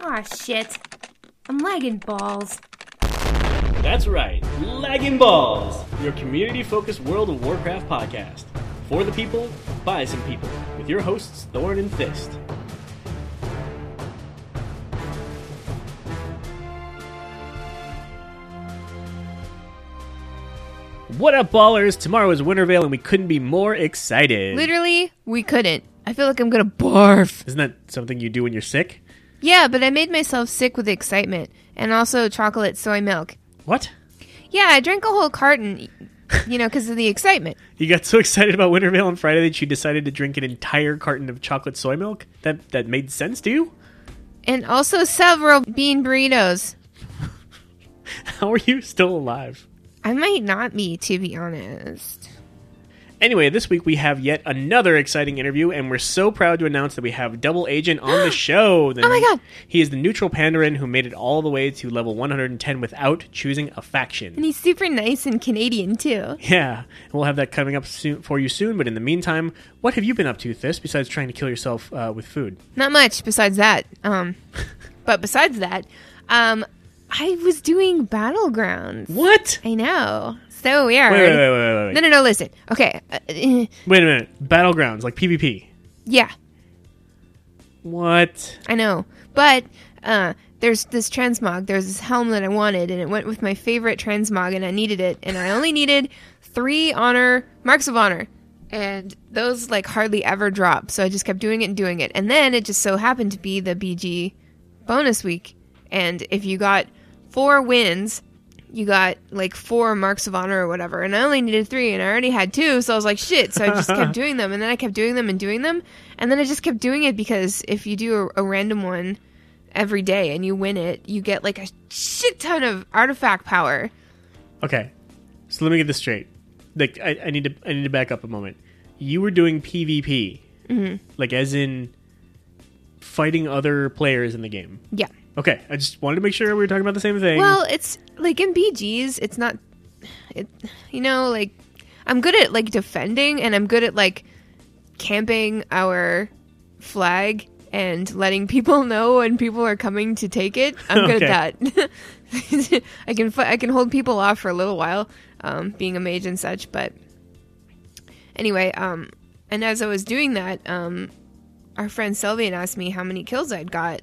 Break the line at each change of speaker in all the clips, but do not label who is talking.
Aw, shit. I'm lagging balls.
That's right, Lagging Balls, your community focused World of Warcraft podcast. For the people, by some people, with your hosts Thorn and Fist. What up, ballers? Tomorrow is Wintervale, and we couldn't be more excited.
Literally, we couldn't. I feel like I'm gonna barf.
Isn't that something you do when you're sick?
Yeah, but I made myself sick with excitement and also chocolate soy milk.
What?
Yeah, I drank a whole carton, you know, because of the excitement.
You got so excited about Wintervale on Friday that you decided to drink an entire carton of chocolate soy milk? That that made sense to you?
And also several bean burritos.
How are you still alive?
I might not be, to be honest.
Anyway, this week we have yet another exciting interview, and we're so proud to announce that we have Double Agent on the show. The-
Oh my God.
He is the neutral Pandarin who made it all the way to level 110 without choosing a
And
faction.
he's super nice and Canadian, too.
Yeah, and we'll have that coming up soon for you soon. But in the meantime, what have you been up to, Thist, besides trying to kill yourself uh, with food?
Not much besides that. Um, but besides that, um, I was doing Battlegrounds.
What?
I know. So weird.
Wait, wait, wait, wait, wait, wait.
No, no, no, listen. Okay. Uh,
Wait a minute. Battlegrounds, like PvP.
yeah.
What?
I know, but uh, there's this transmog. There's this helm that I wanted, and it went with my favorite transmog, and I needed it, and I only needed three honor marks of honor, and those like hardly ever drop. So I just kept doing it and doing it, and then it just so happened to be the BG bonus week, and if you got four wins. You got like four marks of honor or whatever, and I only needed three, and I already had two, so I was like, shit. So I just kept doing them, and then I kept doing them and doing them, and then I just kept doing it because if you do a, a random one every day and you win it, you get like a shit ton of artifact power.
Okay, so let me get this straight. Like, I, I need to I need to back up a moment. You were doing PvP,
Mm-hmm.
like as in fighting other players in the game.
Yeah.
Okay, I just wanted to make sure we were talking about the same thing.
Well, it's like in BGs, it's not it you know, like I'm good at like defending and I'm good at like camping our flag and letting people know when people are coming to take it. I'm good at that. I can fi- I can hold people off for a little while, um, being a mage and such. But anyway, um, and as I was doing that, um, our friend Sylvian asked me how many kills I'd got,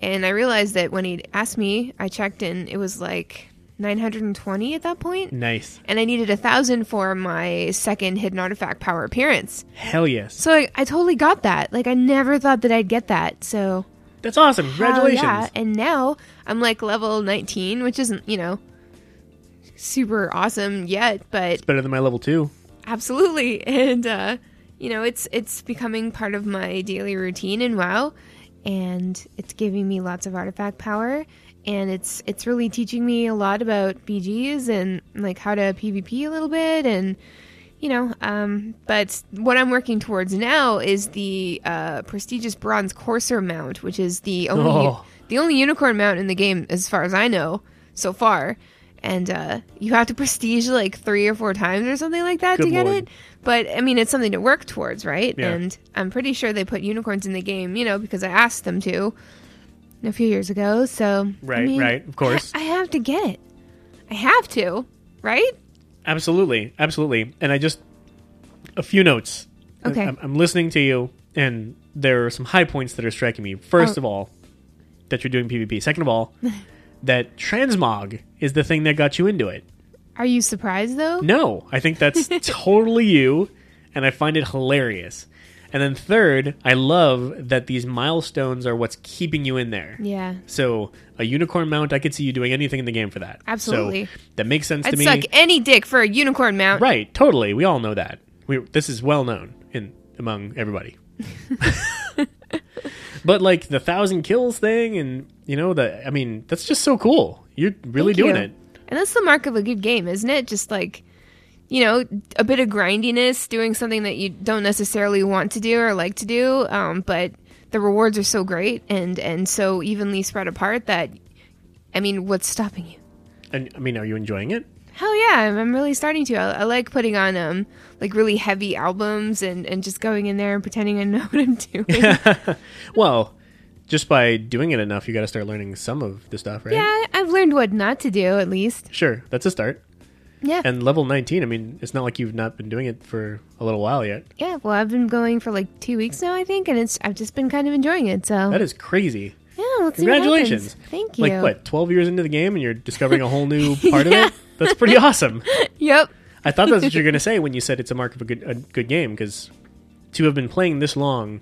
and I realized that when he asked me, I checked and it was like 920 at that point
nice.
and I needed a thousand for my second hidden artifact power appearance.
Hell yes.
So I, I totally got that. Like I never thought that I'd get that. So
That's awesome.
hell
Congratulations.
yeah. And now I'm like level 19, which isn't you know super awesome yet, but
Better than my level two.
absolutely. And uh, you know it's it's becoming part of my daily routine in WoW, and it's giving me lots of artifact power. And it's it's really teaching me a lot about BGs and like how to PvP a little bit and you know um, but what i'm working towards now is the uh, prestigious bronze courser mount which is the only
Oh.
the only unicorn mount in the game as far as i know so far and uh, you have to prestige like three or four times or something like that
Good
to get
lord.
it but i mean it's something to work towards right
Yeah.
and i'm pretty sure they put unicorns in the game you know because i asked them to a few years ago so I
Right,
mean,
right, of course.
I have to get it i have to right
Absolutely, absolutely. And I just a few notes.
Okay.
I'm, I'm listening to you, and there are some high points that are striking me. First
Oh.
of all, that you're doing PvP. Second of all, that transmog is the thing that got you into it.
are you surprised though
No, I think that's totally you, and I find it hilarious. And then third, I love that these milestones are what's keeping you in there.
yeah
So a unicorn mount, I could see you doing anything in the game for that. So
Absolutely.
that makes sense to
I'd
me.
suck any dick for a unicorn mount.
Right, totally. We all know that. We this is well known in among everybody. but like the thousand kills thing, and you know the I mean that's just so cool. You're really
Thank
doing
you.
it.
And that's the mark of a good game, isn't it? Just like, you know, a bit of grindiness, doing something that you don't necessarily want to do or like to do, um, but the rewards are so great and and so evenly spread apart that, I mean, what's stopping you?
And I mean, are you enjoying it?
Hell yeah, I'm, I'm really starting to. I, I like putting on um like really heavy albums and and just going in there and pretending I know what I'm doing.
Well, just by doing it enough, you got to start learning some of the stuff, right?
Yeah, I've learned what not to do at least.
Sure, that's a start.
Yeah.
And level 19, I mean, it's not like you've not been doing it for a little while yet.
yeah, well, I've been going for like 2 weeks now, I think, and it's I've just been kind of enjoying it. So,
That is crazy.
yeah, let's see what
Congratulations.
happens. Thank you.
Like what, 12 years into the game and you're discovering a whole new part
Yeah.
of it? That's pretty awesome.
Yep.
I thought that's what you were going to say when you said it's a mark of a good a good game because to have been playing this long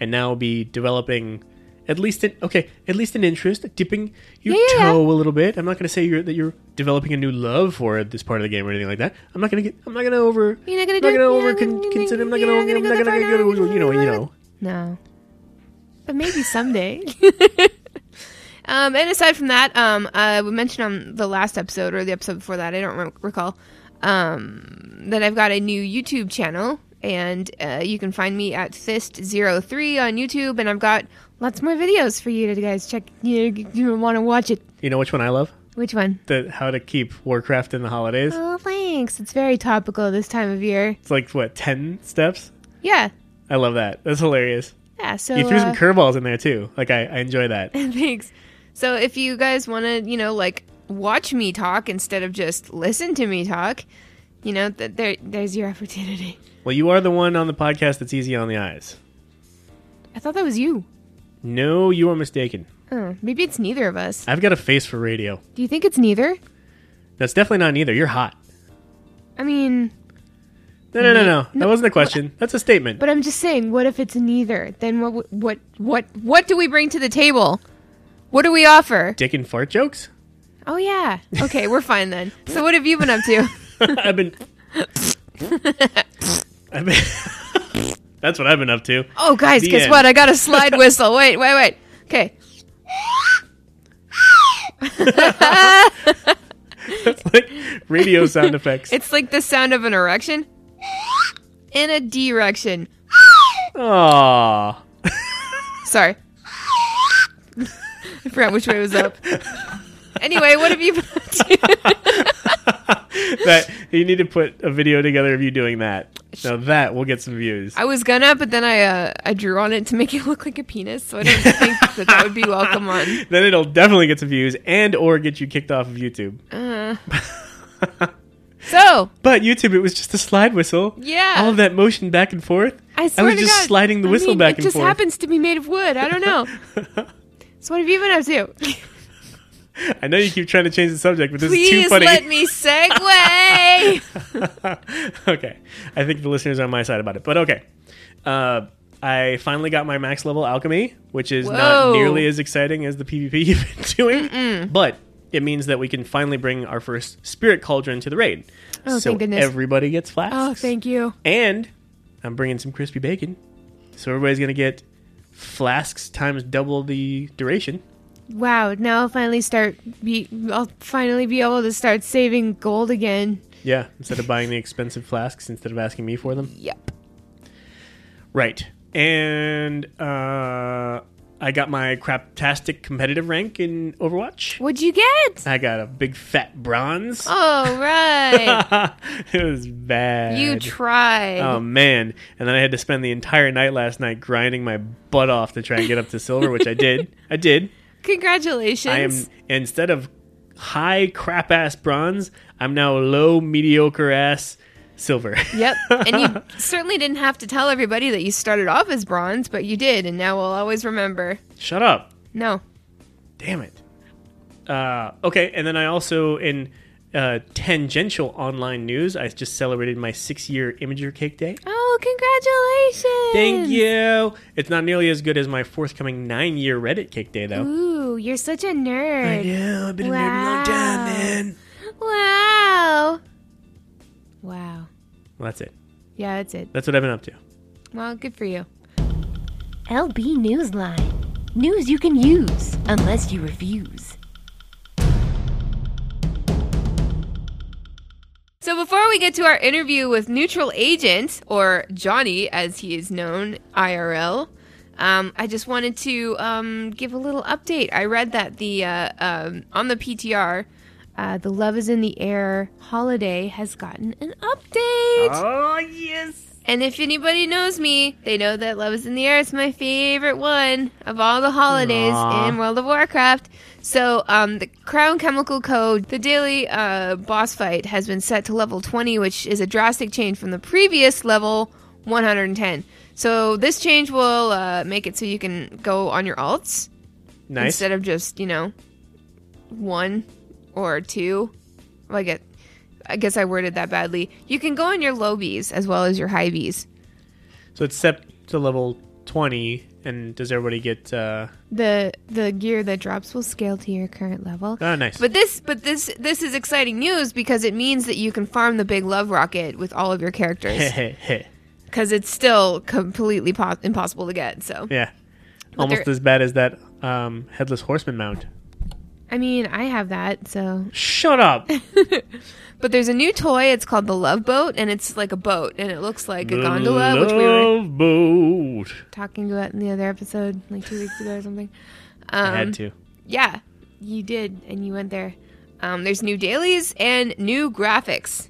and now be developing at least an okay at least an interest, dipping your
Yeah, yeah, yeah.
toe a little bit. I'm not going to say you're, that you're developing a new love for this part of the game or anything like that. I'm not going to get. I'm not going to over.
You're
I'm
not gonna do
not
it-
going to
you're
over
not
con-
gonna-
consider. I'm not
you're
going
not
to. I'm
gonna
not
go
going
that far
to.
down.
You know. You know.
No. But maybe someday. um, and aside from that, um, uh, we mentioned on the last episode or the episode before that, I don't re- recall, um, that I've got a new YouTube channel. And uh, you can find me at Fist03 on YouTube. And I've got lots more videos for you to guys check. You, you want to watch it.
You know which one I love?
Which one?
The how to keep Warcraft in the holidays.
Oh, thanks. It's very topical this time of year.
It's like what ten steps.
Yeah.
I love that. That's hilarious.
Yeah. So
You threw some
uh,
curveballs in there too. Like I, I enjoy that.
Thanks. So if you guys want to, you know, like watch me talk instead of just listen to me talk, you know, th- there there's your opportunity.
Well, you are the one on the podcast that's easy on the eyes.
I thought that was you.
No, you are mistaken.
Oh, maybe it's neither of us.
I've got a face for radio.
Do you think it's neither?
That's definitely not neither. You're hot.
I mean,
No, no, no, no. That wasn't a question. That's a statement.
but I'm just saying, what if it's neither? Then what w- what what what do we bring to the table? What do we offer?
Dick and fart jokes?
Oh yeah. Okay, we're fine then. So what have you been up to?
I've been. I've been. That's what I've been up to.
Oh guys,
The
guess
end.
what? I got a slide whistle. Wait, wait, wait. Okay.
That's like radio sound effects.
It's like the sound of an erection and a direction.
Aww.
Sorry. I forgot which way was up. Anyway, what have you been up to?
That you need to put a video together of you doing that. Now that will get some views.
I was gonna, but then I uh, I drew on it to make it look like a penis, so I don't think that that would be welcome on.
Then it'll definitely get some views and or get you kicked off of YouTube.
Uh. So
But YouTube, it was just a slide whistle.
Yeah.
All of that motion back and forth.
I swear
was
to
just
God,
sliding the
I
whistle
mean,
back
It
and
just
forth.
happens to be made of wood. I don't know. So what have you been up to?
I know you keep trying to change the subject, but this is too
Please
funny.
let me segue.
okay. I think the listeners are on my side about it, but okay. Uh, I finally got my max level alchemy, which is
Whoa.
not nearly as exciting as the PvP you've been doing, but it means that we can finally bring our first spirit cauldron to the raid.
Oh,
so
thank goodness.
everybody gets flasks.
oh, thank you.
And I'm bringing some crispy bacon. So everybody's going to get flasks times double the duration.
Wow, now I'll finally start be I'll finally be able to start saving gold again.
Yeah, instead of buying the expensive flasks, instead of asking me for them.
Yep.
Right. And uh, I got my craptastic competitive rank in Overwatch.
What'd you get?
I got a big fat bronze.
All right.
it was bad.
you tried.
Oh man! And then I had to spend the entire night last night grinding my butt off to try and get up to silver, which I did. I did. I am
Congratulations.
instead of high crap ass bronze, I'm now low mediocre ass silver.
yep. And you certainly didn't have to tell everybody that you started off as bronze, but you did, and now we'll always remember.
Shut up.
No.
Damn it. Uh, okay, and then I also in uh, tangential online news, I just celebrated my six year Imager Cake Day.
Oh, congratulations.
Thank you. It's not nearly as good as my forthcoming nine year Reddit Cake Day though.
Ooh, you're such a nerd.
Yeah, I've been
a nerd a long time, Wow. man. Wow. Wow.
Well, that's it.
Yeah, that's it.
That's what I've been up to.
Well, good for you.
LB Newsline. News you can use, unless you refuse.
So before we get to our interview with Neutral Agent, or Johnny as he is known, IRL, um, I just wanted to um, give a little update. I read that the uh, um, on the PTR, uh, the Love Is in the Air holiday has gotten an update.
Oh yes.
And if anybody knows me, they know that Love is in the Air is my favorite one of all the holidays
Aw.
in World of Warcraft. So, um, the Crown Chemical Code, the daily uh, boss fight, has been set to level 20, which is a drastic change from the previous level 110. So, this change will uh, make it so you can go on your alts
Nice.
instead of just you know one or two well, i get i guess i worded that badly you can go in your low b's as well as your high b's
so it's set to level twenty, and does everybody get? uh
the the gear that drops will scale to your current level
Oh, nice.
but this but this this is exciting news because it means that you can farm the big love rocket with all of your characters
yeah,
because it's still completely po- impossible to get so
almost
there-
as bad as that um headless horseman mount.
i mean i have that so
Shut up.
but there's a new toy it's called the love boat and it's like a boat and it looks like a
The
gondola which we were
Love boat.
talking about in the other episode, like two weeks ago or something. Um,
I had to.
Yeah, you did, and you went there. Um, there's new dailies and new graphics,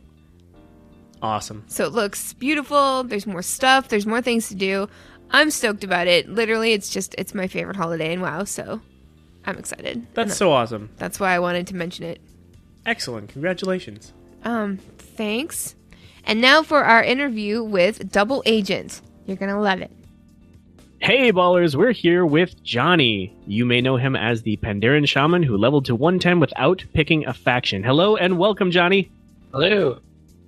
Awesome.
so it looks beautiful. There's more stuff. There's more things to do. I'm stoked about it. Literally, it's just it's my favorite holiday in WoW, so I'm excited.
That's
And
so awesome.
that's why I wanted to mention it.
Excellent. Congratulations.
Um, thanks. And now for our interview with Double Agent. You're gonna love it.
Hey ballers, we're here with Johnny. You may know him as the Pandaren Shaman who leveled to 110 without picking a faction. Hello and welcome, Johnny.
Hello,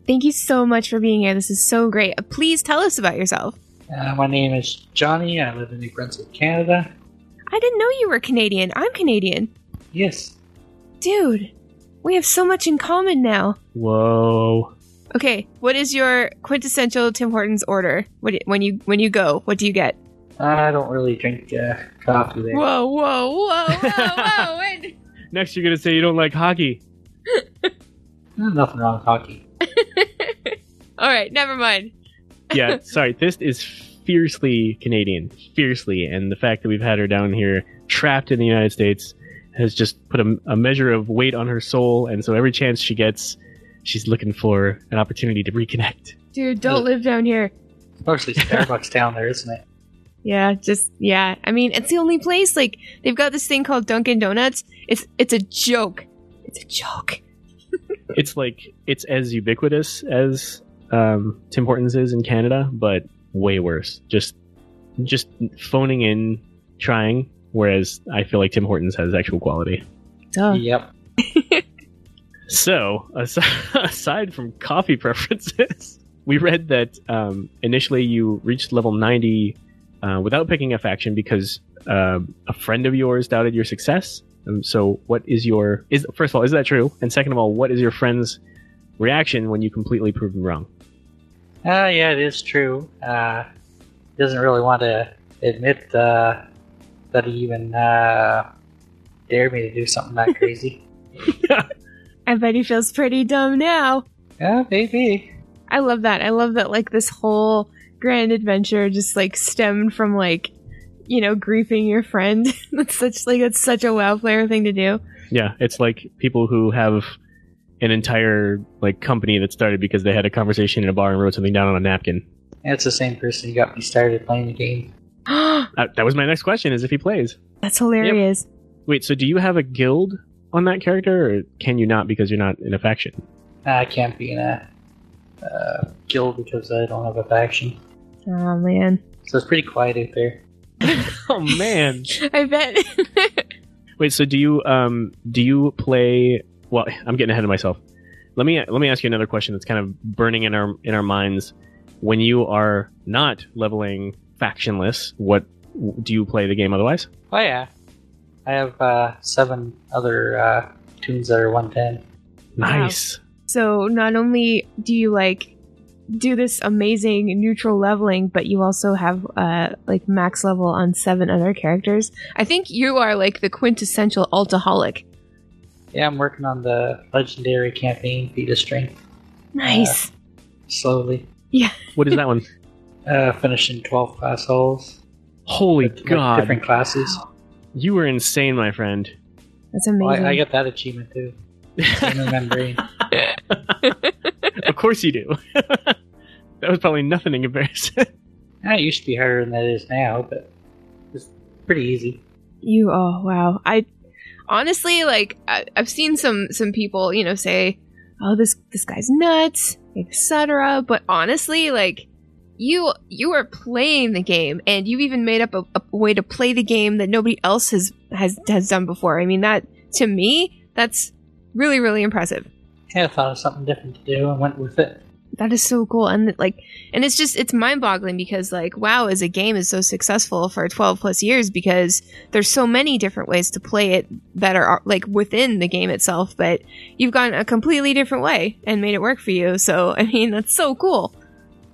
Thank you so much for being here. This is so great. Uh, Please tell us about yourself.
uh, my name is Johnny. I live in New Brunswick, Canada.
I didn't know you were Canadian. I'm Canadian.
Yes,
Dude, we have so much in common now.
Whoa.
Okay, what is your quintessential Tim Hortons order? What, when you when you go, what do you get?
I don't really drink uh, coffee there.
Whoa, whoa, whoa, whoa, wait.
Next, you're going to say you don't like hockey.
There's nothing wrong with hockey.
All right, never mind.
Yeah, sorry, this is fiercely Canadian. Fiercely. And the fact that we've had her down here trapped in the United States has just put a, a measure of weight on her soul. And so every chance she gets, she's looking for an opportunity to reconnect.
Dude, don't live down here.
It's mostly Starbucks down there, isn't it?
Yeah, just yeah. I mean, it's the only place like they've got this thing called Dunkin' Donuts. It's it's a joke. It's a joke.
it's like it's as ubiquitous as um, Tim Hortons is in Canada, but way worse. Just just phoning in, trying. Whereas I feel like Tim Hortons has actual quality.
Duh.
Yep.
So aside, aside from coffee preferences, we read that um, initially you reached level ninety uh, without picking a faction because um a friend of yours doubted your success. Um, so what is your is first of all is that true? And second of all, what is your friend's reaction when you completely prove them wrong?
Ah, yeah, it is true. Uh, doesn't really want to admit uh, that he even uh, dared me to do something that crazy.
I bet he feels pretty dumb now.
yeah, maybe.
I love that. I love that like this whole grand adventure just like stemmed from like you know griefing your friend. that's such like that's such a WoW player thing to do.
Yeah, it's like people who have an entire like company that started because they had a conversation in a bar and wrote something down on a napkin.
It's the same person who got me started playing the game.
Uh, that was my next question: is if he plays.
that's hilarious.
Wait, so do you have a guild on that character, or can you not because you're not in a faction?
I can't be in a uh, guild because I don't have a faction.
Oh man,
So it's pretty quiet out there.
Oh man!
I bet.
Wait, so do you um do you play? Well, I'm getting ahead of myself. Let me let me ask you another question that's kind of burning in our in our minds. When you are not leveling factionless, what do you play the game otherwise?
Oh yeah, I have uh, seven other uh, tunes that are 110.
Wow.
Nice.
so not only do you like do this amazing neutral leveling, but you also have uh like max level on seven other characters. I think you are like the quintessential altaholic.
Yeah, I'm working on the legendary campaign Feet of Strength
Nice.
slowly,
What is that one?
uh, finishing 12 class holes.
Holy
with, like,
God!
different classes.
You were insane, my friend.
That's amazing.
Well, I, I got that achievement too. Same membrane.
of course you do. That was probably nothing in comparison.
Eh, It used to be harder than it is now, but it's pretty easy.
You oh wow. I honestly like I, I've seen some some people you know say, oh this this guy's nuts, etc. But honestly, like you you are playing the game, and you've even made up a, a way to play the game that nobody else has has has done before. I mean that to me that's really really impressive.
Yeah, I thought of something different to do and went with it.
That is so cool, and like, and it's just it's mind boggling because like, wow, as a game is so successful for twelve plus years because there's so many different ways to play it that are like within the game itself, but you've gone a completely different way and made it work for you. So I mean, that's so cool.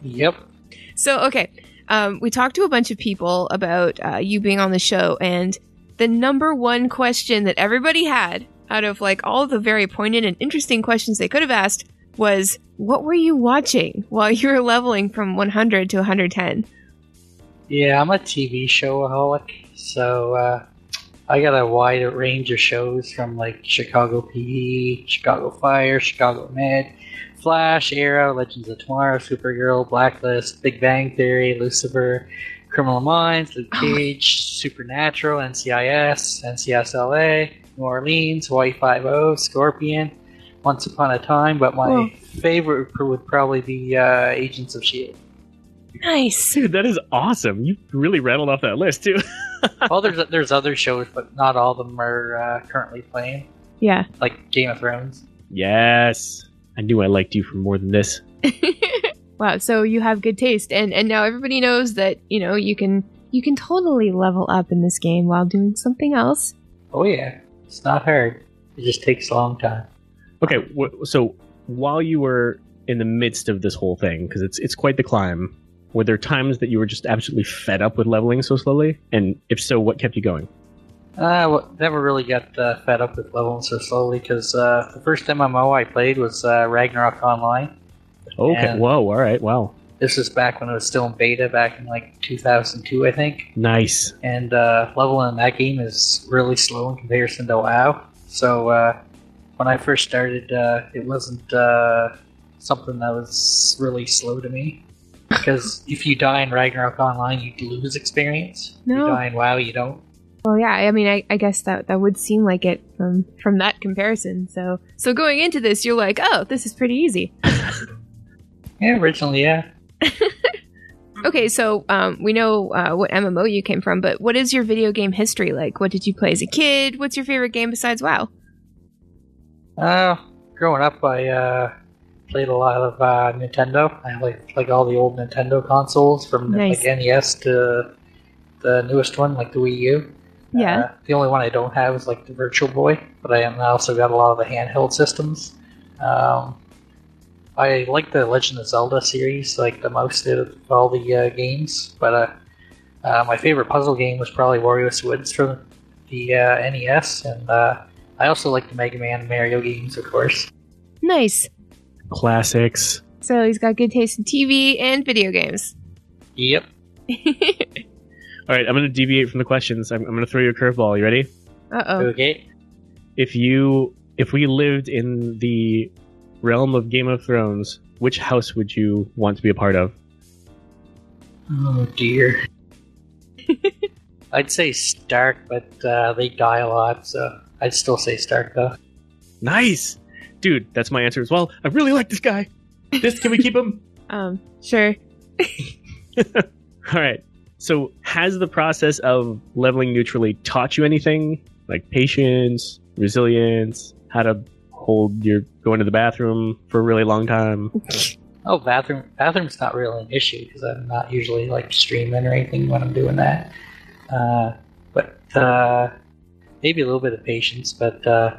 Yep.
So okay, um, we talked to a bunch of people about uh, you being on the show, and the number one question that everybody had out of like all the very pointed and interesting questions they could have asked was, "What were you watching while you were leveling from 100 to 110?"
Yeah, I'm a TV showaholic, so uh, I got a wide range of shows from like Chicago PD, Chicago Fire, Chicago Med, Flash, Arrow, Legends of Tomorrow, Supergirl, Blacklist, Big Bang Theory, Lucifer, Criminal Minds, Luke
Oh my-
Cage, Supernatural, NCIS, NCSLA, New Orleans, Hawaii Five O, Scorpion, Once Upon a Time, but my
Whoa.
favorite would probably be uh, Agents of Shield.
Nice.
Dude, that is awesome. You really rattled off that list, too.
well, there's there's other shows, but not all of them are uh, currently playing,
Yeah.
like Game of Thrones.
Yes. I knew I liked you for more than this.
wow. So you have good taste, and and now everybody knows that you know you can you can totally level up in this game while doing something else.
Oh yeah, it's not hard. It just takes a long time.
Okay, wh- so while you were in the midst of this whole thing, because it's it's quite the climb, were there times that you were just absolutely fed up with leveling so slowly? And if so, what kept you going?
Uh, well, never really got uh, fed up with leveling so slowly because uh, the first MMO I played was uh, Ragnarok Online.
Okay,
Yeah.
whoa, all right, wow,
This was back when it was still in beta, back in like 2002, I think.
nice.
and uh, leveling in that game is really slow in comparison to WoW. So uh, when I first started, uh, it wasn't uh, something that was really slow to me. Because if you die in Ragnarok Online, you lose experience. If
No.
you die in WoW, you don't.
Well, yeah. I mean, I, I guess that that would seem like it from from that comparison. So so going into this, you're like, oh, this is pretty easy.
Yeah, originally, yeah.
Okay, so um, we know uh, what MMO you came from, but what is your video game history like? What did you play as a kid? What's your favorite game besides WoW?
Uh, growing up, I uh, played a lot of uh, Nintendo. I like like all the old Nintendo consoles from
Nice.
like NES to the newest one, like the Wii U.
Yeah.
Uh, the only one I don't have is like the Virtual Boy, but I am- I also got a lot of the handheld systems. Um, I like the Legend of Zelda series, like the most out of all the uh, games. But uh, uh, my favorite puzzle game was probably Wario's Woods from the uh, NES, and uh, I also like the Mega Man and Mario games, of course.
Nice.
Classics.
So he's got good taste in TV and video games.
Yep.
uh
All right, I'm going to deviate from the questions. I'm, I'm going to throw you a curveball. You ready?
oh.
Okay.
If you if we lived in the realm of Game of Thrones, which house would you want to be a part of?
Oh dear. I'd say Stark, but uh, they die a lot, so I'd still say Stark though.
Nice, dude. That's my answer as well. I really like this guy. This can we keep him?
Um. Sure.
All right. So, has the process of leveling neutrally taught you anything like patience, resilience, how to hold your going to the bathroom for a really long time?
Oh, bathroom. Bathroom's not really an issue because I'm not usually like streaming or anything when I'm doing that. Uh, but uh, maybe a little bit of patience, but uh,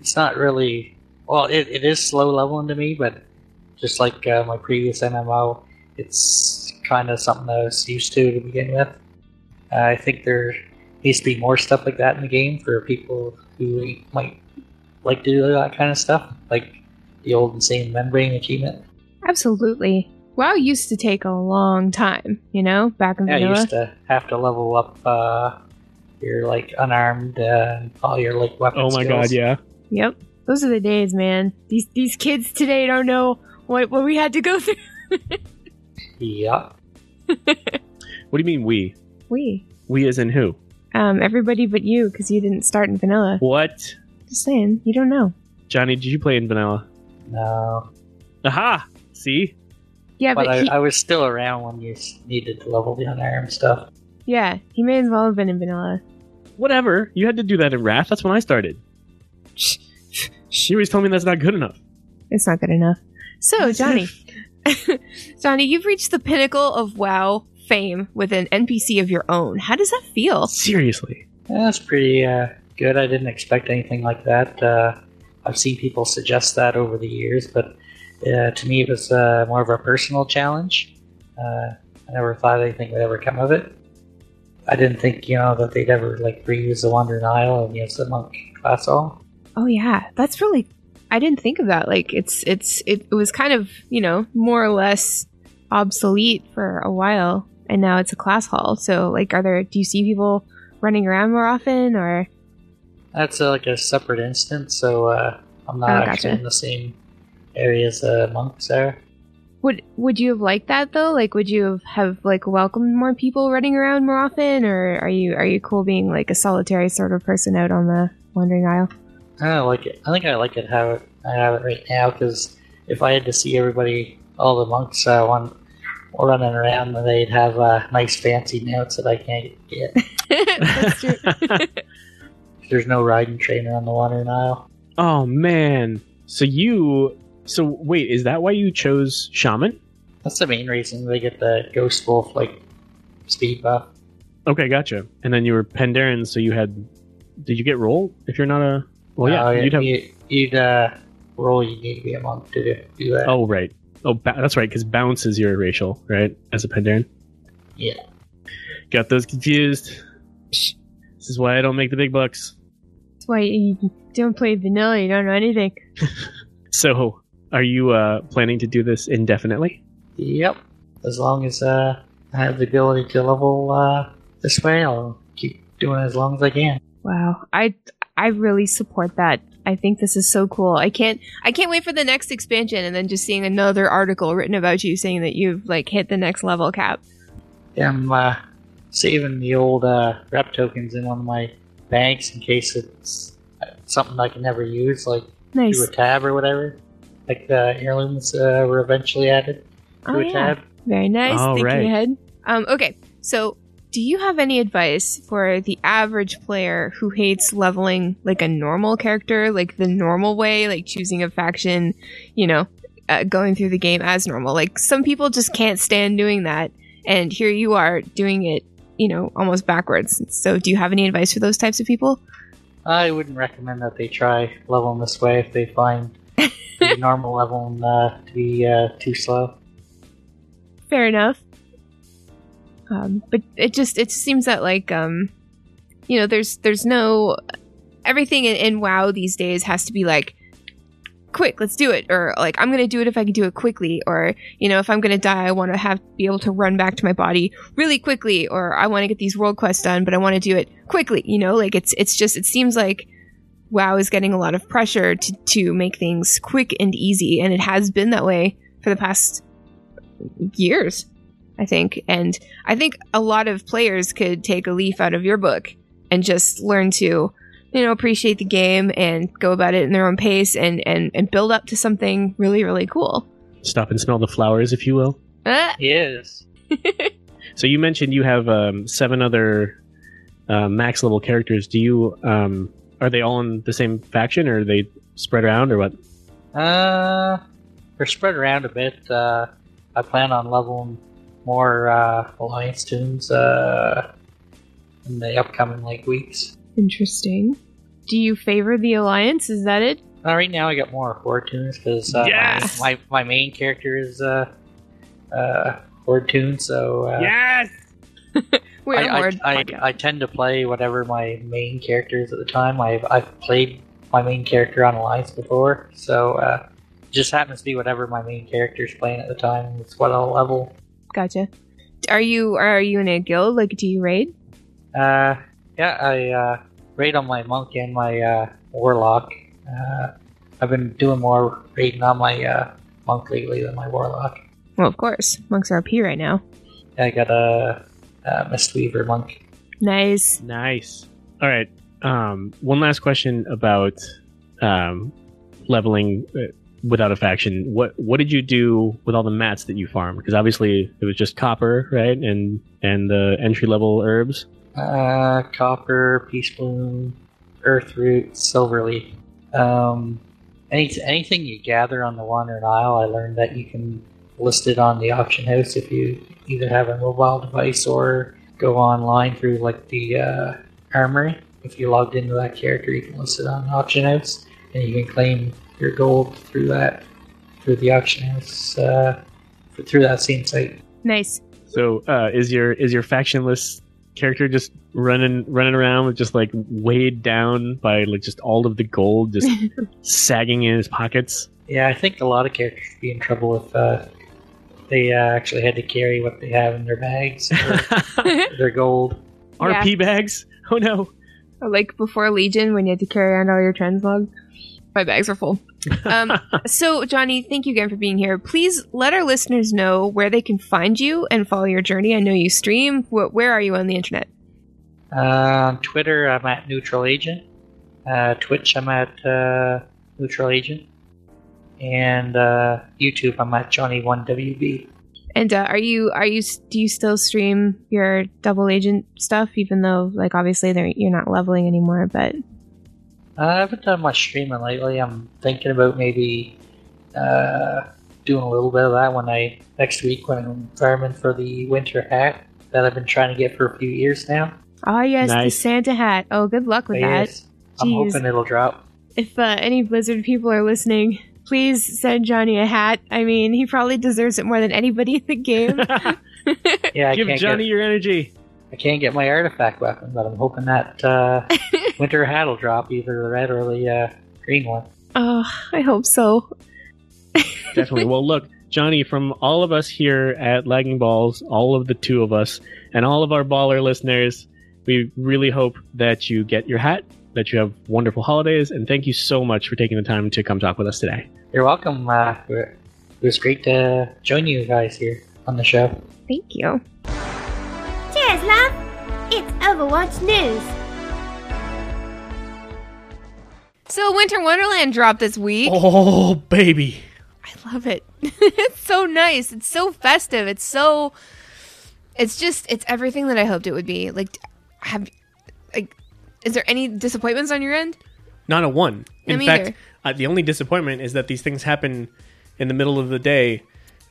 it's not really. Well, it, it is slow leveling to me, but just like uh, my previous MMO, it's kind of something I was used to to begin with. Uh, I think there needs to be more stuff like that in the game for people who might like to do that kind of stuff, like the old insane membrane achievement.
Absolutely. WoW used to take a long time. You know, back in
Yeah, you
vanilla.
used to have to level up uh, your like unarmed uh, all your like weapons.
Oh my god, yeah.
Yep. Those are the days, man. These these kids today don't know what what we had to go through.
Yeah.
What do you mean we?
We.
We as in who?
Um, everybody but you, because you didn't start in vanilla.
What?
Just saying, you don't know.
Johnny, did you play in vanilla?
No.
Aha! See?
Yeah,
But
but, he,
I, I was still around when you s- needed to level the unarmed stuff.
yeah, he may as well have been in vanilla.
Whatever. You had to do that in Wrath. That's when I started. She always told me that's not good enough.
It's not good enough. So, Johnny, Johnny, you've reached the pinnacle of WoW fame with an NPC of your own. How does that feel?
Seriously.
Yeah, That's pretty uh, good. I didn't expect anything like that. Uh, I've seen people suggest that over the years, but uh, to me, it was uh, more of a personal challenge. Uh, I never thought anything would ever come of it. I didn't think, you know, that they'd ever like reuse the Wandering Isle and use the monk class all.
Oh yeah, that's really. I didn't think of that. Like it's it's it, it was kind of you know more or less obsolete for a while, and now it's a class hall. So like, are there? Do you see people running around more often, or
That's uh, like a separate instance, so uh, I'm not
Oh, gotcha.
actually in the same area as uh, monks are.
would would you have liked that though? Like, would you have, have like welcomed more people running around more often, or are you are you cool being like a solitary sort of person out on the wandering aisle?
I don't like it. I think I like it how it, I have it right now because if I had to see everybody, all the monks uh, one running around, then they'd have uh, nice fancy notes that I can't get.
that's true.
There's no riding trainer on the water Nile.
oh man. So you. So wait, is that why you chose shaman?
That's the main reason they get the ghost wolf like speed buff.
Okay, gotcha. And then you were Pandaren, so you had. Did you get roll? If you're not a. Well, yeah,
Uh,
you'd have.
you, would uh, roll. You need to be a monk to do, do that.
Oh, right. Oh, ba- that's right, because bounce is your racial, right? As a Pandaren?
Yeah.
Got those confused. Psh, This is why I don't make the big bucks.
That's why you don't play vanilla. You don't know anything.
So, are you uh, planning to do this indefinitely?
Yep. As long as uh, I have the ability to level uh, this way, I'll keep doing it as long as I can.
Wow. I I really support that. I think this is so cool. I can't I can't wait for the next expansion and then just seeing another article written about you saying that you've like hit the next level cap.
am uh, saving the old uh, rep tokens in one of my banks in case it's something I can never use, like
Nice.
through a tab or whatever. Like the heirlooms uh, were eventually added
Oh,
through a
yeah.
tab.
Very nice.
All
Thinking
right.
ahead. Um okay. So do you have any advice for the average player who hates leveling like a normal character, like the normal way, like choosing a faction, you know, uh, going through the game as normal? Like some people just can't stand doing that, and here you are doing it, you know, almost backwards. So, do you have any advice for those types of people?
I wouldn't recommend that they try leveling this way if they find the normal leveling uh, to be uh, too slow.
Fair enough. Um, but it just it just seems that like um, you know, there's there's no everything in, in WoW these days has to be like quick let's do it or like i'm gonna do it if i can do it quickly or you know if i'm gonna die i want to have be able to run back to my body really quickly or i want to get these world quests done but i want to do it quickly you know like it's it's just it seems like wow is getting a lot of pressure to to make things quick and easy and it has been that way for the past years i think and i think a lot of players could take a leaf out of your book and just learn to you know appreciate the game and go about it in their own pace and and, and build up to something really really cool
Stop and smell the flowers, if you will.
Uh,
Ah,
Yes.
So you mentioned you have um, seven other uh, max level characters. Do you um, are they all in the same faction, or are they spread around, or what?
Uh, they're spread around a bit. Uh, I plan on leveling more uh, alliance tunes uh, in the upcoming like weeks.
interesting do you favor the alliance is that it
Uh, right now, I got more horde tunes because uh, my-
Yes!
my, my main character is uh, uh, horde tune, so uh,
Yes.
we're
I, I,
horde
I,
podcast.
I tend to play whatever my main character is at the time. I've I've played my main character on alliance before, so uh, it just happens to be whatever my main character is playing at the time. It's what I'll level.
gotcha are you are you in a guild like do you raid
Uh, yeah, I uh, raid on my monk and my uh, warlock. Uh, I've been doing more raiding on my uh, monk lately than my warlock.
Well, of course. Monks are up here right now.
I got a, a Mistweaver monk.
Nice.
Nice. All right. Um, one last question about um, leveling uh, without a faction. What what did you do with all the mats that you farmed? Because obviously it was just copper, right? And and the entry level herbs.
Uh, copper, peace bloom, earth root, silver leaf. Um, any, anything you gather on the Wandering Isle, I learned that you can list it on the auction house if you either have a mobile device or go online through like the uh, armory. If you logged into that character, you can list it on the auction house, and you can claim your gold through that through the auction house uh, through that same site.
Nice.
So uh, is your is your factionless character just running running around with just like weighed down by like just all of the gold just sagging in his pockets?
Yeah, I think a lot of characters would be in trouble if uh, they uh, actually had to carry what they have in their bags, or their gold.
RP bags? Oh no.
Like before Legion, when you had to carry around all your transmog. My bags are full. Um, so, Johnny, thank you again for being here. Please let our listeners know where they can find you and follow your journey. I know you stream. Wh- Where are you on the internet?
Uh, on Twitter, I'm at Neutral Agent. Uh, Twitch, I'm at uh, Neutral Agent. And uh, YouTube, I'm at Johnny1WB.
And uh, are you are you s- do you still stream your double agent stuff? Even though, like, obviously, they're, you're not leveling anymore. But
Uh, I haven't done much streaming lately. I'm thinking about maybe uh, doing a little bit of that when I next week when I'm farming for the winter hat that I've been trying to get for a few years now.
ah, yes, the
Nice.
Santa hat. Oh, good luck with
But
that.
yes, I'm
Jeez.
hoping it'll drop.
if uh, any Blizzard people are listening, please send Johnny a hat. I mean, he probably deserves it more than anybody in the game.
Yeah, I
Give
can't
Johnny
get
your energy.
I can't get my artifact weapon, but I'm hoping that uh, winter hat will drop either the red or the uh, green one.
oh, I hope so.
Definitely. Well, look, Johnny, from all of us here at Lagging Balls, all of the two of us, and all of our baller listeners, we really hope that you get your hat, that you have wonderful holidays, and thank you so much for taking the time to come talk with us today.
You're welcome. Uh, it was great to join you guys here on the show.
Thank you.
Cheers, love! It's Overwatch News!
So, Winter Wonderland dropped this week.
Oh, baby.
I love it. it's so nice. It's so festive. It's so. It's just. It's everything that I hoped it would be. Like, have, like, is there any disappointments on your end?
Not a one.
No,
In
me
fact,
neither.
uh, the only disappointment is that these things happen in the middle of the day,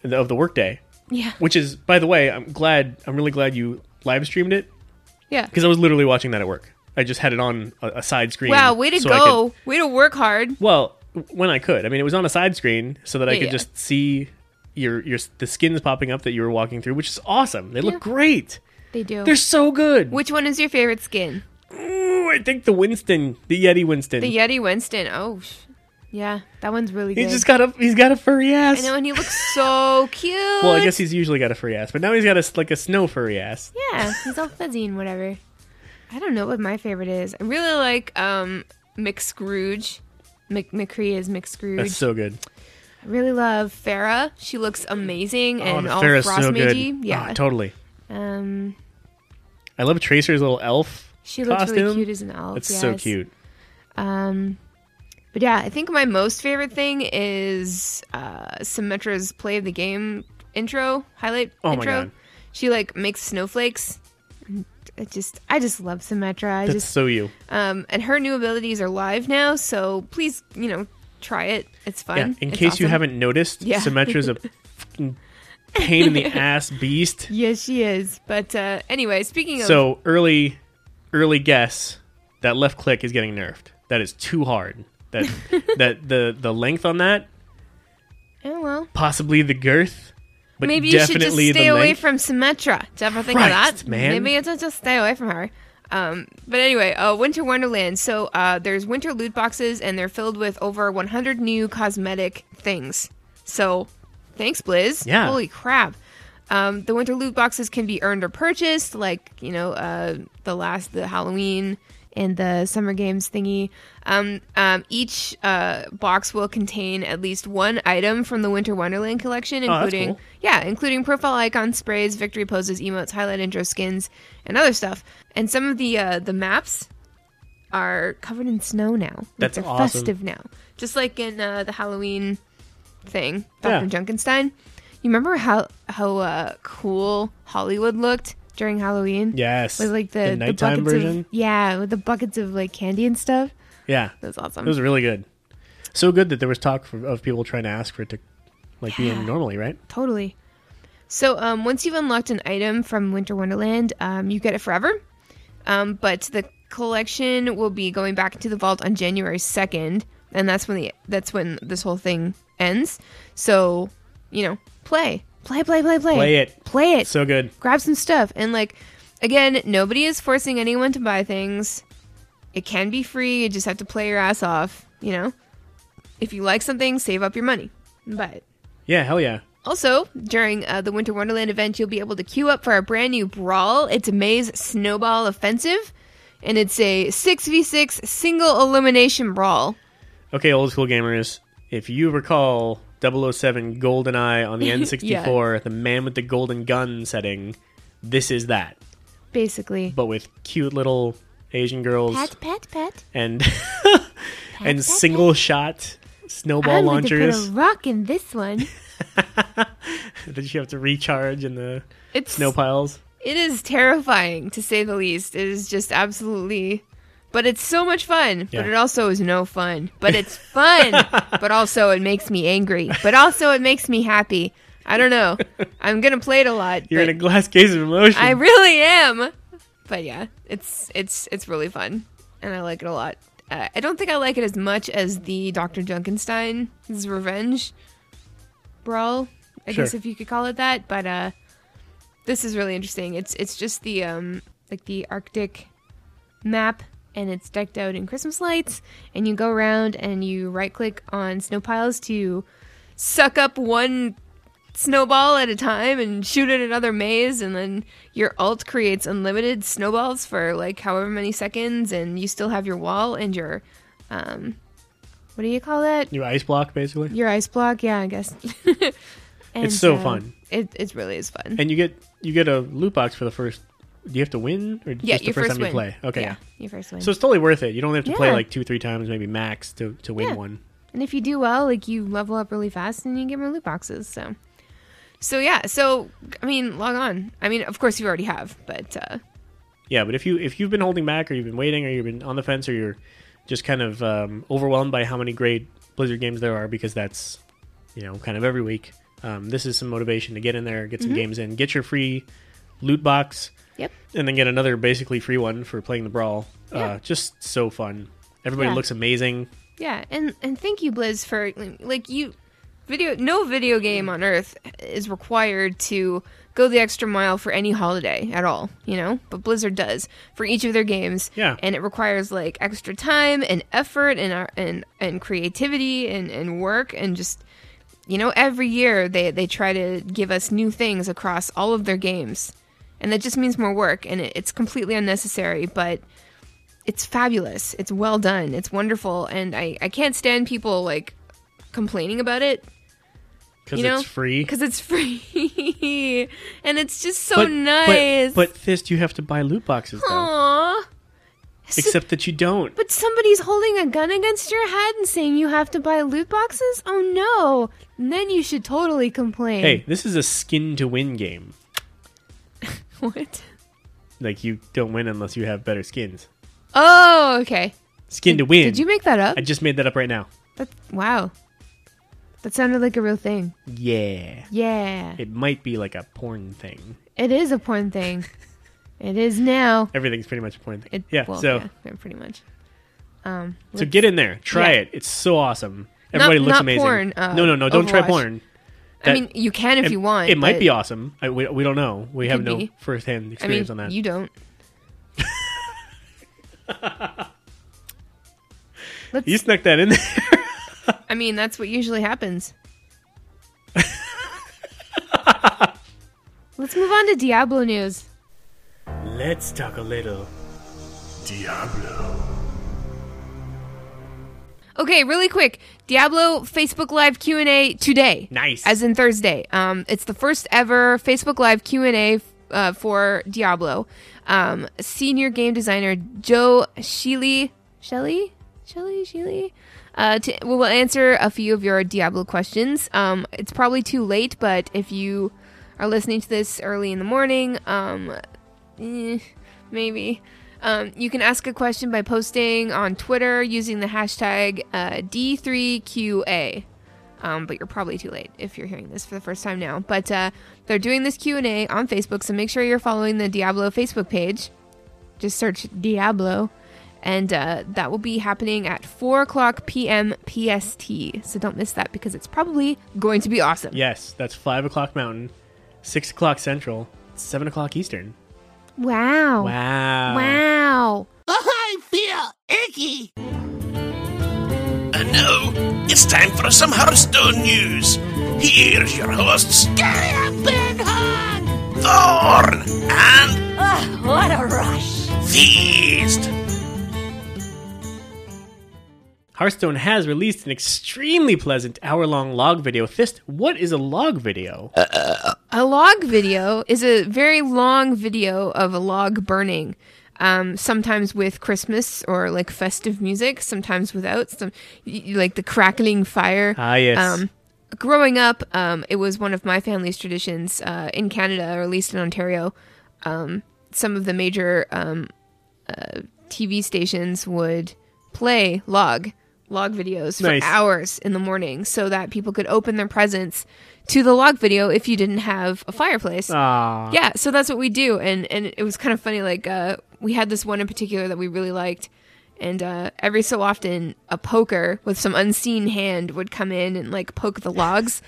of the workday.
Yeah.
Which is, by the way, I'm glad. I'm really glad you live streamed it
Yeah.
because I was literally watching that at work. I just had it on a, a side screen.
Wow. Way to
so I could-
go. Way to work hard.
well, when I could. I mean, it was on a side screen so that I
Yeah,
could
yeah.
just see your your the skins popping up that you were walking through, which is awesome. They look great.
They do.
They're so good.
Which one is your favorite skin?
Ooh, I think the Winston, the Yeti Winston.
The Yeti Winston. Oh, sh- yeah, that one's really
He's
good.
just got a he's got a furry ass.
I know, and he looks so cute.
Well, I guess he's usually got a furry ass, but now he's got a s- like a snow furry ass.
yeah, he's all fuzzy and whatever. I don't know what my favorite is. I really like um McScrooge. Mc- McCree is McScrooge.
That's so good.
I really love Farah. She looks amazing and
Oh, the
all
Farrah's
frost magey.
Oh,
Yeah.
totally.
um,
I love Tracer's little elf.
she looks really
costume.
cute as an elf.
That's so
yes.
cute.
Um, but yeah, I think my most favorite thing is uh, Symmetra's play of the game intro highlight.
Oh my
intro.
God.
She like makes snowflakes. It just, I just love Symmetra. I
That's
just,
so you.
um, and her new abilities are live now, so please, you know, try it. It's fun.
Yeah. In
It's
case you
awesome.
haven't noticed,
Yeah.
Symmetra's a fucking pain in the ass beast.
Yes, she is. But uh, anyway, speaking of,
So early, early guess that left click is getting nerfed. That is too hard. That that the the length on that
oh well,
possibly the girth, but
maybe you should
definitely
just stay
the
away
length.
from Symmetra. Do you ever think of
Christ,
that?
man.
Maybe it's just stay away from her. Um, but anyway, uh, Winter Wonderland. So uh, there's winter loot boxes, and they're filled with over 100 new cosmetic things. So thanks, Blizz.
Yeah.
Holy crap. Um, the winter loot boxes can be earned or purchased, like you know, uh, the last the Halloween in the Summer Games thingy. Um, um, each uh, box will contain at least one item from the Winter Wonderland collection,
Oh, that's
including
cool.
yeah, including profile icons, sprays, victory poses, emotes, highlight intro skins, and other stuff. And some of the uh, the maps are covered in snow now. Like,
That's
they're
awesome.
festive now, just like in uh, the Halloween thing,
Yeah.
Dr. Junkenstein. You remember how how uh, cool Hollywood looked during Halloween?
Yes.
With like the,
the
the
nighttime
buckets of-
version.
yeah, with the buckets of like candy and stuff.
Yeah.
That was awesome.
It was really good. So good that there was talk for, of people trying to ask for it to like be in normally, right?
Totally. So um, once you've unlocked an item from Winter Wonderland, um, you get it forever. Um, but the collection will be going back into the vault on January second, and that's when the that's when this whole thing ends. So, you know, play, play, play, play, play,
Play it.
play it.
So good.
grab some stuff and like again nobody is forcing anyone to buy things it can be free you just have to play your ass off you know if you like something save up your money but
Yeah, hell yeah.
also during uh, the winter wonderland event you'll be able to queue up for our brand new brawl it's a maze snowball offensive and it's a 6v6 single elimination brawl
Okay, old school gamers, if you recall 007 GoldenEye on the N64, the man with the golden gun setting, this is that,
basically
but with cute little Asian girls
Pat, pat, pat.
and
pat,
and
pat.
single shot snowball
I'm
launchers
gonna put a rock in this one.
that you have to recharge in the
it's
snow piles.
It is terrifying to say the least. It is just absolutely but it's so much fun.
Yeah.
But it also is no fun. But it's fun. but also it makes me angry. But also it makes me happy. I don't know. I'm gonna play it a lot.
You're
but
in a glass case of emotion.
I really am. But yeah, it's it's it's really fun, and I like it a lot. Uh, I don't think I like it as much as the Doctor Junkenstein's Revenge brawl. I
Sure.
guess if you could call it that, but uh, this is really interesting. It's it's just the um like the Arctic map. And it's decked out in Christmas lights, and you go around and you right click on snow piles to suck up one snowball at a time and shoot at another maze and then your alt creates unlimited snowballs for like however many seconds and you still have your wall and your um what do you call that
Your ice block, basically.
your ice block yeah i guess And, uh,
It's so fun.
it, it really is fun
And you get you get a loot box for the first. Do you have to win, or
yeah
just the
your
first,
first
time
win
you play? Okay, yeah.
your first win
So it's totally worth it. You don't have to play
Yeah.
like two, three times, maybe max, to to win
Yeah.
one.
And if you do well, like you level up really fast and you get more loot boxes. So, so yeah. So I mean, log on. I mean, of course you already have, but uh,
Yeah, but if you if you've been holding back, or you've been waiting, or you've been on the fence, or you're just kind of um, overwhelmed by how many great Blizzard games there are, because that's you know kind of every week. Um, this is some motivation to get in there, get some games in, get your free loot box,
Mm-hmm. yep.
and then get another basically free one for playing the brawl.
Yeah.
Uh, just so fun. Everybody
Yeah.
looks amazing.
Yeah, and and thank you, Blizz, for like you. Video, no video game on earth is required to go the extra mile for any holiday at all, you know. But Blizzard does for each of their games,
Yeah.
And it requires like extra time and effort and our and and creativity and and work and just you know every year they they try to give us new things across all of their games, and that just means more work and it, it's completely unnecessary, but it's fabulous. It's well done. It's wonderful, and I I can't stand people like complaining about it
because
You know,
it's free.
because it's free, and it's just so
But-
nice.
But, but fist, you have to buy loot boxes though.
Aww.
Except that you don't.
but somebody's holding a gun against your head and saying you have to buy loot boxes. Oh no! And then you should totally complain.
Hey, this is a skin to win game.
what?
Like you don't win unless you have better skins.
Oh, okay.
Skin to win.
Did you make that up?
I just made that up right now.
That, wow. That sounded like a real thing.
Yeah.
Yeah.
It might be like a porn thing.
It is a porn thing. it is now.
Everything's pretty much a porn thing.
It,
yeah.
well,
so
yeah, pretty much. Um,
so get in there. Try
Yeah.
it. It's so awesome. Everybody looks
not
amazing.
porn, uh,
no, no, no. Don't try
Overwatch.
porn.
I
That-
mean, you can if
it-
you want.
It might
but-
be awesome. I, we, we don't know. We have
Could
no
be.
firsthand
I mean,
experience on that.
you don't. Let's,
you snuck that in there.
I mean, that's what usually happens. Let's move on to Diablo news.
Let's talk a little
Diablo.
Okay, really quick. Diablo Facebook Live Q&A today.
Nice.
As in Thursday. Um, it's the first ever Facebook Live Q&A uh, for Diablo. Um, senior game designer Joe Sheely, Shelley? Shelley? Sheely? Uh, to, we will answer a few of your Diablo questions. Um, it's probably too late, but if you are listening to this early in the morning, um, eh, maybe. Um, you can ask a question by posting on Twitter using the hashtag uh, D3QA. Um, but you're probably too late if you're hearing this for the first time now. But uh, they're doing this Q and A on Facebook, so make sure you're following the Diablo Facebook page. Just search Diablo, and uh, that will be happening at four o'clock p.m. PST. So don't miss that because it's probably going to be awesome.
Yes, that's five o'clock Mountain, six o'clock Central, seven o'clock Eastern.
Wow!
Wow.
Oh. Wow!
I feel icky.
And now, it's time for some Hearthstone news. Here's your hosts,
Gary and Ben Hahn.
Thorn and
Ugh, Ah, what a rush.
Feast.
Hearthstone has released an extremely pleasant hour-long log video. Thist, what is a log video?
A log video is a very long video of a log burning, um, sometimes with Christmas or like festive music, sometimes without. Some y- y- like the crackling fire.
ah, yes.
Um, growing up, um, it was one of my family's traditions uh, in Canada, or at least in Ontario. Um, some of the major um, uh, TV stations would play log log videos for
Nice.
hours in the morning, so that people could open their presents to the log video if you didn't have a fireplace.
Ah,
Yeah, so that's what we do, and and it was kind of funny. Like uh, we had this one in particular that we really liked, and uh, every so often a poker with some unseen hand would come in and like poke the logs,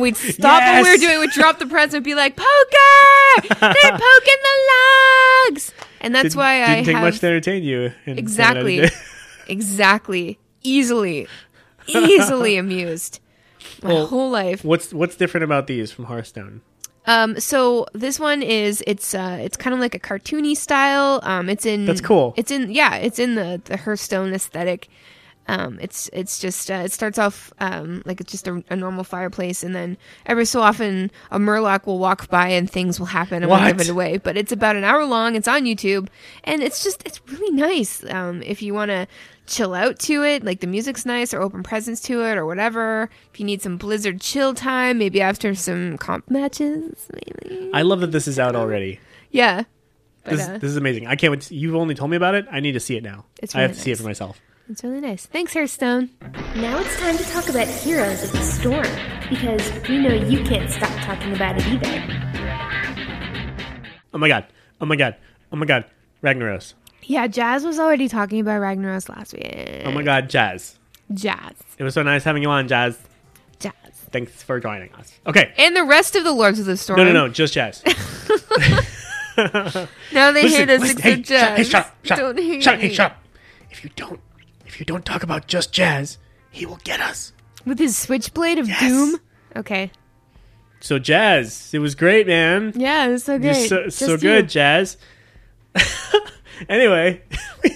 we'd stop what we were
Yes!
doing, we'd drop the present, and be like, "Poker! They're poking the logs!" And that's
Didn't-
why
didn't
I
take
have
much to entertain you. in-
exactly, exactly, easily, easily amused my
Well,
whole life.
What's What's different about these from Hearthstone?
Um, so this one is it's uh it's kind of like a cartoony style. Um, it's in
That's cool.
It's in yeah, it's in the the Hearthstone aesthetic. Um, it's it's just uh, it starts off um like it's just a, a normal fireplace, and then every so often a Murloc will walk by and things will happen. I won't give
What?
it away, but it's about an hour long. It's on YouTube, and it's just it's really nice. Um, if you want to chill out to it, like the music's nice, or open presents to it, or whatever. If you need some Blizzard chill time, maybe after some comp matches, maybe.
I love that this is out already.
Yeah, but
This,
uh,
this is amazing. I can't wait. To, you've only told me about it. I need to see it now.
It's
I have
really
to see it
nice.
for myself.
it's really nice. Thanks, Hearthstone.
Now it's time to talk about Heroes of the Storm, because we know you can't stop talking about it either.
Oh my god. Oh my god. Oh my god. Ragnaros.
Yeah, Jazz was already talking about Ragnaros last week.
Oh my god, Jazz.
Jazz,
It was so nice having you on, Jazz.
Jazz,
Thanks for joining us. Okay.
and the rest of the Lords of the Storm.
No, no, no. Just Jazz.
Now they
Listen,
hear this
listen,
except
hey, shut-
Jazz.
hey, shut up, shut
Don't hear
up, shut up, hey,
me.
shut up. If you don't, if you don't talk about just jazz, he will get us.
with his switchblade of doom. Okay.
So jazz, it was great, man.
Yeah, it was so
You're
good.
so, so good, jazz. anyway,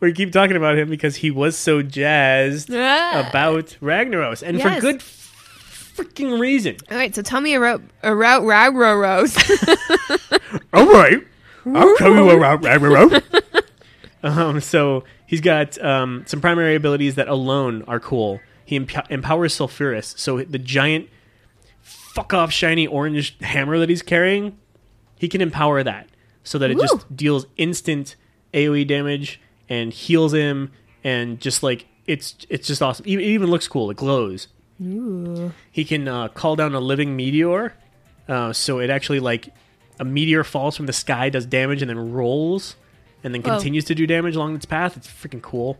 we keep talking about him because he was so jazzed Uh,
Ah.
about Ragnaros, and for
Yes.
good freaking reason.
All right, so tell me about about Ragnaros.
All right. I'll tell you about Ragnarok. um, so he's got um, some primary abilities that alone are cool. He emp- empowers Sulfurus. So the giant fuck off shiny orange hammer that he's carrying, he can empower that so that it just deals instant AoE damage and heals him and just like it's it's just awesome. E-, It even looks cool. It glows. He can uh, call down a living meteor, uh, so it actually like a meteor falls from the sky, does damage, and then rolls, and then continues to do damage along its path. It's freaking cool.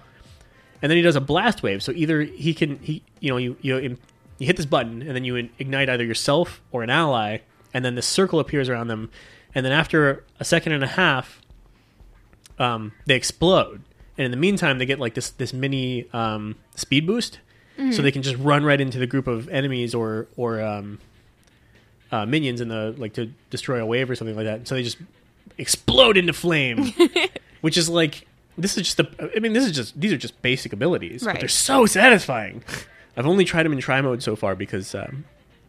And then he does a blast wave. So either he can he you know you you im- you hit this button and then you in- ignite either yourself or an ally, and then this circle appears around them, and then after a second and a half, um, they explode. And in the meantime, they get like this this mini um, speed boost, so they can just run right into the group of enemies or or um, uh, minions in the like to destroy a wave or something like that. So they just explode into flame, which is like this is just a. I mean, this is just these are just basic abilities, but
Right.
they're so satisfying. I've only tried them in try mode so far because um,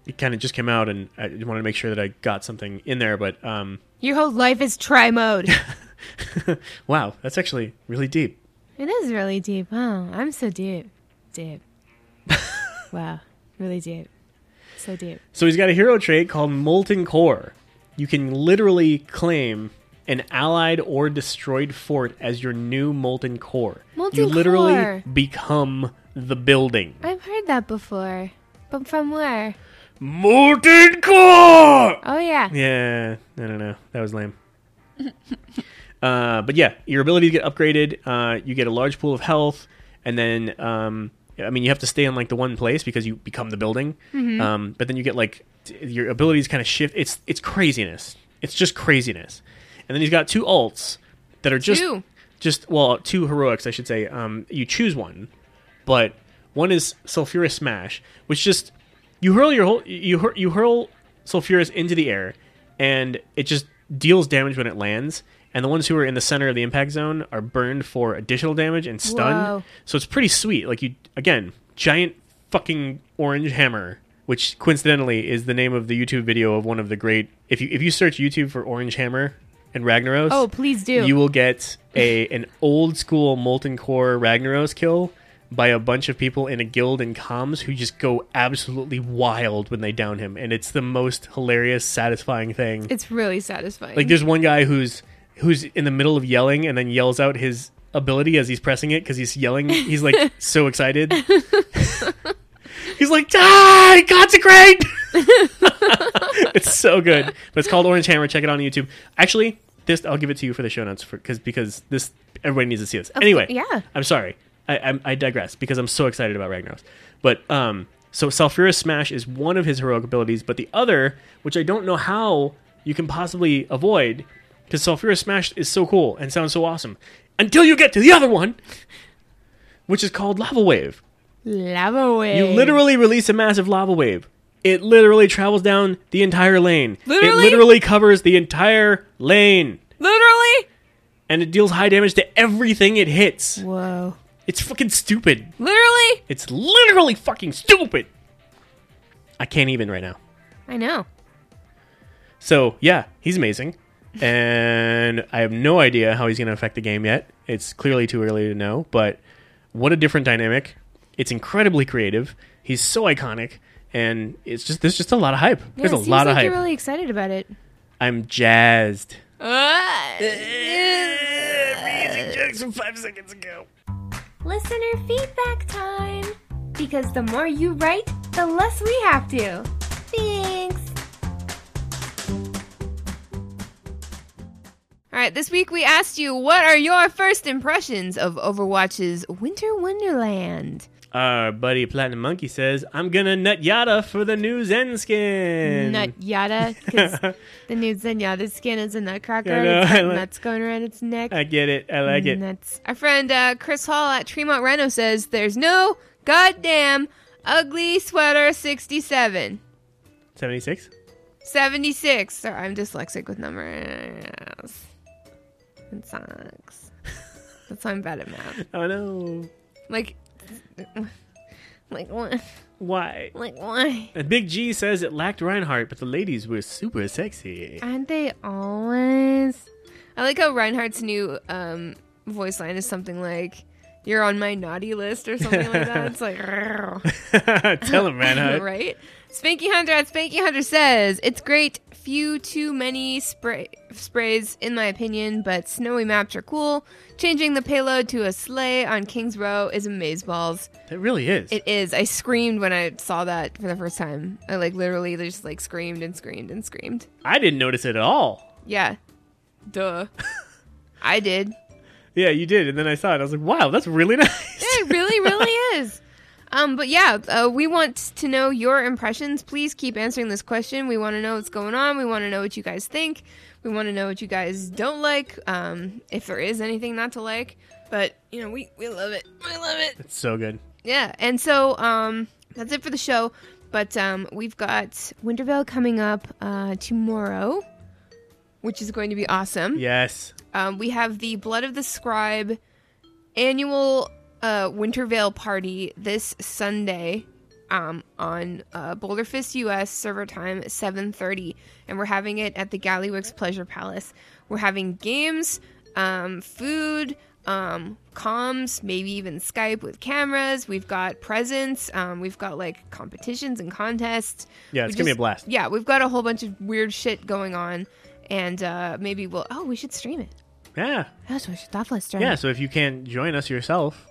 it kind of just came out, and I wanted to make sure that I got something in there. But um,
Your whole life is try mode.
wow, that's actually really deep.
it is really deep. Wow, I'm so deep. Deep. wow, really deep. So deep.
So he's got a hero trait called Molten Core. You can literally claim an allied or destroyed fort as your new Molten Core. you
Molten
literally
Core.
become the building.
I've heard that before. But from where?
Molten Core!
Oh, yeah.
Yeah, no, no, no. That was lame. uh, but yeah, your abilities get upgraded. Uh, you get a large pool of health, and then um, I mean, you have to stay in like the one place because you become the building. Um, but then you get like t- your abilities kind of shift. It's it's craziness. It's just craziness. And then he's got two alts that are just
Two.
just well two heroics, I should say. Um, you choose one, but one is sulfurous smash, which just you hurl your whole you hur- you hurl sulfurous into the air, and it just deals damage when it lands. And the ones who are in the center of the impact zone are burned for additional damage and stunned.
Whoa.
So it's pretty sweet. Like you again, giant fucking orange hammer, which coincidentally is the name of the YouTube video of one of the great. If you if you search YouTube for orange hammer and Ragnaros,
Oh, please do.
you will get a an old school molten core Ragnaros kill by a bunch of people in a guild in comms who just go absolutely wild when they down him, and it's the most hilarious, satisfying thing.
it's really satisfying.
like there's one guy who's who's in the middle of yelling and then yells out his ability as he's pressing it because he's yelling. He's like so excited. he's like, "Die, consecrate!" it's so good. But it's called Orange Hammer. Check it out on YouTube. Actually, this I'll give it to you for the show notes for, cause, because this everybody needs to see this. anyway,
yeah.
I'm sorry. I, I, I digress because I'm so excited about Ragnaros. But um, so Sulfurous Smash is one of his heroic abilities, but the other, which I don't know how you can possibly avoid, because Sulfurous Smash is so cool and sounds so awesome, until you get to the other one, which is called Lava Wave.
Lava wave.
You literally release a massive lava wave. It literally travels down the entire lane. It
Literally?
literally covers the entire lane.
Literally?
And it deals high damage to everything it hits.
Whoa.
It's fucking stupid.
Literally?
It's literally fucking stupid. I can't even right now.
I know.
So, yeah, he's amazing. And I have no idea how he's going to affect the game yet. It's clearly too early to know, but what a different dynamic. It's incredibly creative. He's so iconic and it's just there's just a lot of hype.
Yeah,
there's a
it seems
lot
like
of hype.
You're really excited about it.
I'm jazzed.
Listener feedback time! Because the more you write, the less we have to. Thanks!
All right, this week we asked you what are your first impressions of Overwatch's Winter Wonderland?
Our buddy Platinum Monkey says, "I'm gonna nut yada for the new Zen skin."
Nut yada, because the new Zenyatta skin is a nutcracker.
I know,
it's
I
got
like-
nuts going around its neck.
I get it. I like it.
Nuts. Our friend uh, Chris Hall at Tremont Reno says there's no goddamn ugly sweater 67.
76.
76. Sorry, I'm dyslexic with numbers. It sucks. That's why I'm bad at math.
Oh no.
Like, like what?
Why?
Like why?
And Big G says it lacked Reinhardt, but the ladies were super sexy.
Aren't they always? I like how Reinhardt's new um, voice line is something like, "You're on my naughty list" or something like that. It's like,
Tell him, Reinhardt.
right? Spanky Hunter at Spanky Hunter says it's great. Few too many spray sprays, in my opinion, but snowy maps are cool. Changing the payload to a sleigh on Kings Row is amazeballs.
It really is.
It is. I screamed when I saw that for the first time. I like literally just like screamed and screamed and screamed.
I didn't notice it at all.
Yeah. Duh. I did.
Yeah, you did. And then I saw it. I was like, wow, that's really nice.
It really, really is. Um, but yeah, uh, we want to know your impressions. Please keep answering this question. We want to know what's going on. We want to know what you guys think. We want to know what you guys don't like. Um, if there is anything not to like, but you know, we we love it. We love it.
It's so good.
Yeah, and so um, that's it for the show. But um, we've got Wintervale coming up uh, tomorrow, which is going to be awesome.
Yes.
Um, we have the Blood of the Scribe annual uh, Wintervale party this Sunday um, on uh, Boulder Fist US server time at 7:30, and we're having it at the Galliwix Pleasure Palace. We're having games, um, food, um, comms, maybe even Skype with cameras. We've got presents. Um, we've got like competitions and contests.
Yeah, it's
We
gonna be a
just-
blast.
Yeah, we've got a whole bunch of weird shit going on, and uh, maybe we'll. Oh, we should stream it.
Yeah,
That's what we should definitely stream.
yeah.
it.
So if you can't join us yourself,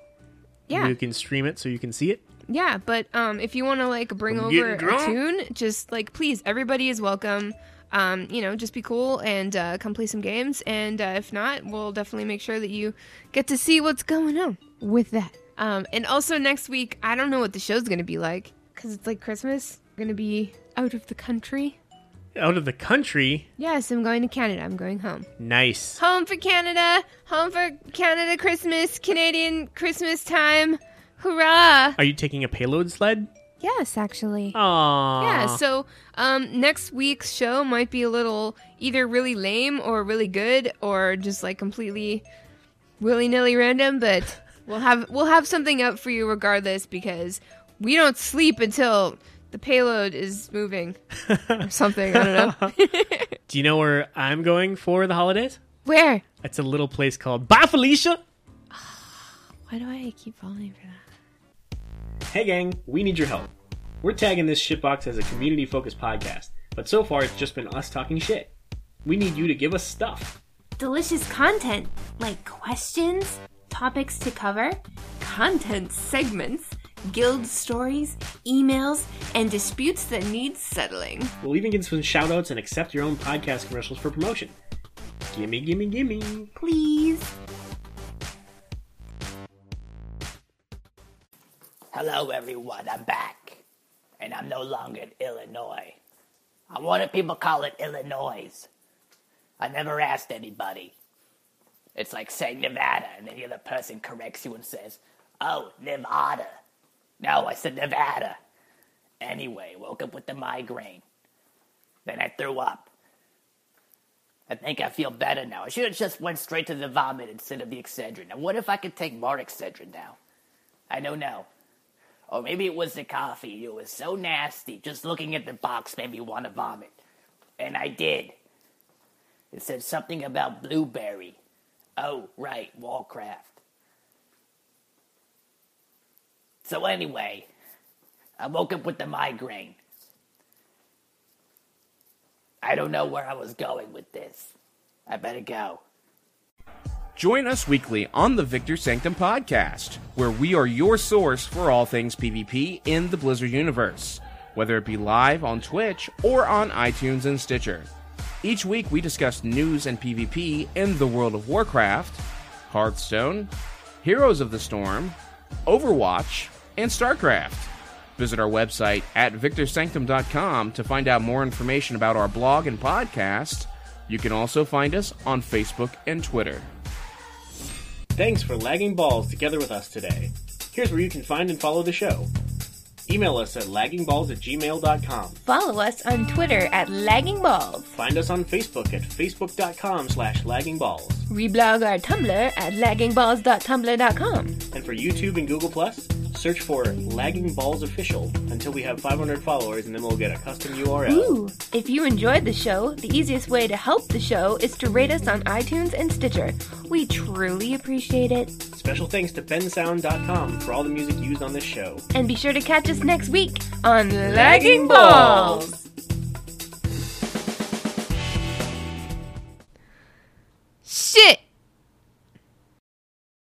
Yeah.
you can stream it so you can see it.
Yeah, but um, if you want to like bring
I'm
over
getting
a
drunk.
tune, just like please, everybody is welcome. Um, you know, just be cool and uh, come play some games. And uh, if not, we'll definitely make sure that you get to see what's going on with that. Um, and also next week, I don't know what the show's gonna be like because it's like Christmas. I'm gonna be out of the country.
Out of the country,
Yes, I'm going to Canada. I'm going home.
nice.
Home for Canada. Home for Canada Christmas. Canadian Christmas time. Hurrah!
Are you taking a payload sled?
Yes, actually.
Aww.
Yeah, so um, next week's show might be a little either really lame or really good or just like completely willy nilly random, but we'll have we'll have something up for you regardless because we don't sleep until the payload is moving or something. I don't know
Do you know where I'm going for the holidays?
where.
It's a little place called Ba Felicia.
Why do I keep falling for that?
Hey gang, we need your help. We're tagging this shitbox as a community focused podcast, but so far it's just been us talking shit. We need you to give us stuff.
Delicious content like questions, topics to cover, content segments, guild stories, emails, and disputes that need settling.
We'll even get some shout outs and accept your own podcast commercials for promotion. Gimme, gimme, gimme.
Please.
Hello, everyone. I'm back. And I'm no longer in Illinois. I wanted people to call it Illinois. I never asked anybody. It's like saying Nevada, and then the other person corrects you and says, Oh, Nevada. No, I said Nevada. Anyway, woke up with a migraine. Then I threw up. I think I feel better now. I should have just went straight to the vomit instead of the Excedrin. Now, what if I could take more Excedrin now? I don't know. Or maybe it was the coffee. It was so nasty. Just looking at the box made me want to vomit. And I did. It said something about blueberry. Oh, right, Warcraft. So, anyway, I woke up with the migraine. I don't know where I was going with this. I better go.
Join us weekly on the Victor Sanctum podcast, where we are your source for all things PvP in the Blizzard universe, whether it be live on Twitch or on iTunes and Stitcher. Each week, we discuss news and PvP in the world of Warcraft, Hearthstone, Heroes of the Storm, Overwatch, and StarCraft. Visit our website at victorsanctum.com to find out more information about our blog and podcast. You can also find us on Facebook and Twitter.
Thanks for lagging balls together with us today. Here's where you can find and follow the show. Email us at laggingballs at gmail.com.
Follow us on Twitter at Lagging Balls.
Find us on Facebook at facebook.com slash laggingballs.
Reblog our Tumblr at laggingballs.tumblr.com.
And for YouTube and Google Plus, search for Lagging Balls Official until we have 500 followers, and then we'll get a custom URL.
Ooh! If you enjoyed the show, the easiest way to help the show is to rate us on iTunes and Stitcher. We truly appreciate it.
Special thanks to bensound.com for all the music used on this show.
And be sure to catch us next week on Lagging Balls.